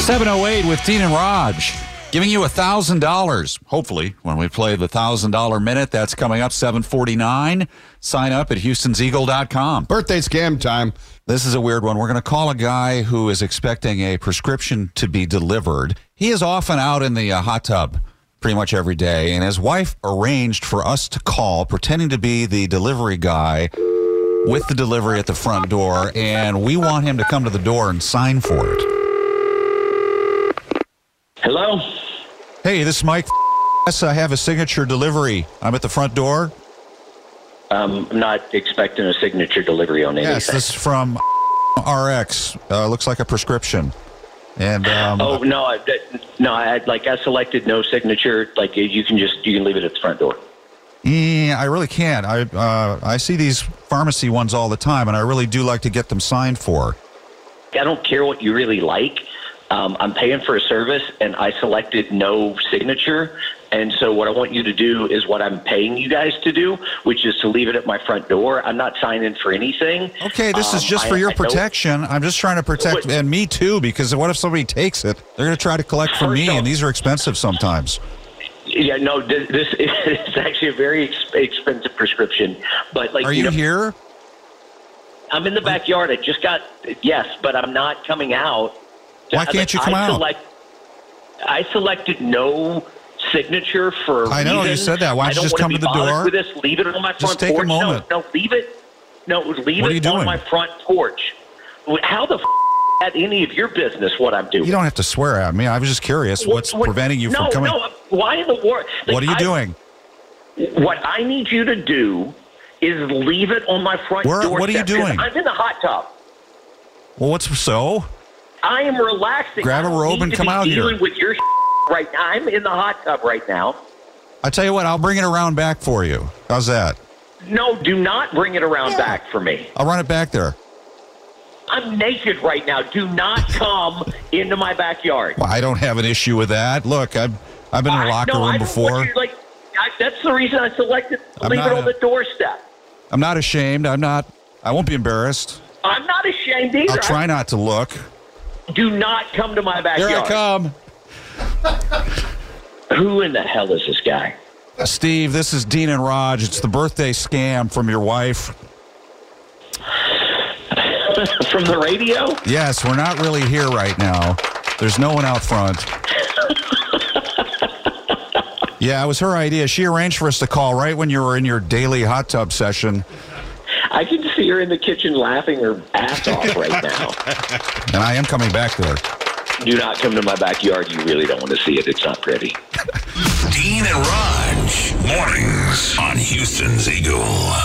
Seven oh eight with Dean and Raj, giving you a thousand dollars. Hopefully, when we play the thousand dollar minute, that's coming up seven forty nine. Sign up at Houston'sEagle.com. Birthday scam time. This is a weird one. We're going to call a guy who is expecting a prescription to be delivered. He is often out in the uh, hot tub pretty much every day, and his wife arranged for us to call, pretending to be the delivery guy with the delivery at the front door, and we want him to come to the door and sign for it. Hello? Hey, this is Mike. Yes, I have a signature delivery. I'm at the front door. Um, I'm not expecting a signature delivery on anything. Yes, this is from RX. Uh, looks like a prescription. And um, oh no, I, that, no, I like I selected no signature. Like you can just you can leave it at the front door. eh, I really can't. I uh, I see these pharmacy ones all the time, and I really do like to get them signed for. I don't care what you really like. Um, I'm paying for a service, and I selected no signature. And so, what I want you to do is what I'm paying you guys to do, which is to leave it at my front door. I'm not signing for anything. Okay, this is Um, just I- for your I don't- protection. I'm just trying to protect, Wait. and me too, because what if somebody takes it? They're going to try to collect from First me, off- and these are expensive sometimes. Yeah, no, this, this is actually a very ex- expensive prescription. But like, Are you know, here? I'm in the backyard. I just got yes, but I'm not coming out. Why can't you come I out? Select, I selected no signature for. a I know, you reason. said that. Why don't I you just wanna come be to the bothered door? With this, leave it on my front take a porch. moment. No, no, leave it. No, leave What are it you doing? on my front porch. How the f- at any of your business what I'm doing? You don't have to swear at me. I was just curious What- what's what- preventing you no, from coming. No, why in the world? Like, what are you I- doing? What I need you to do is leave it on my front Where- door. what are you doing? I'm in the hot tub. Well, what's so? I am relaxing. Grab a I don't robe need and to come be out here. dealing with your right now. I'm in the hot tub right now. I tell you what, I'll bring it around back for you. How's that? No, do not bring it around back for me. I'll run it back there. I'm naked right now. Do not come into my backyard. Well, I don't have an issue with that. Look, I've I've been in a I- locker no, I room don't want before. you, like, I, that's the reason I selected I'm leave it not on a- the doorstep. I'm not ashamed. I'm not. I won't be embarrassed. I'm not ashamed either. I'll try not to look. do not come to my Here I backyard. come. Who in the hell is this guy? Uh, Steve, this is Dean and Raj. It's the birthday scam from your wife. From the radio? Yes, we're not really here right now. There's no one out front. yeah, it was her idea. She arranged for us to call right when you were in your daily hot tub session, I can see her in the kitchen laughing her ass off right now. and I am coming back there. Do not come to my backyard. You really don't want to see it. It's not pretty. Dean and Raj. Mornings on Houston's Eagle.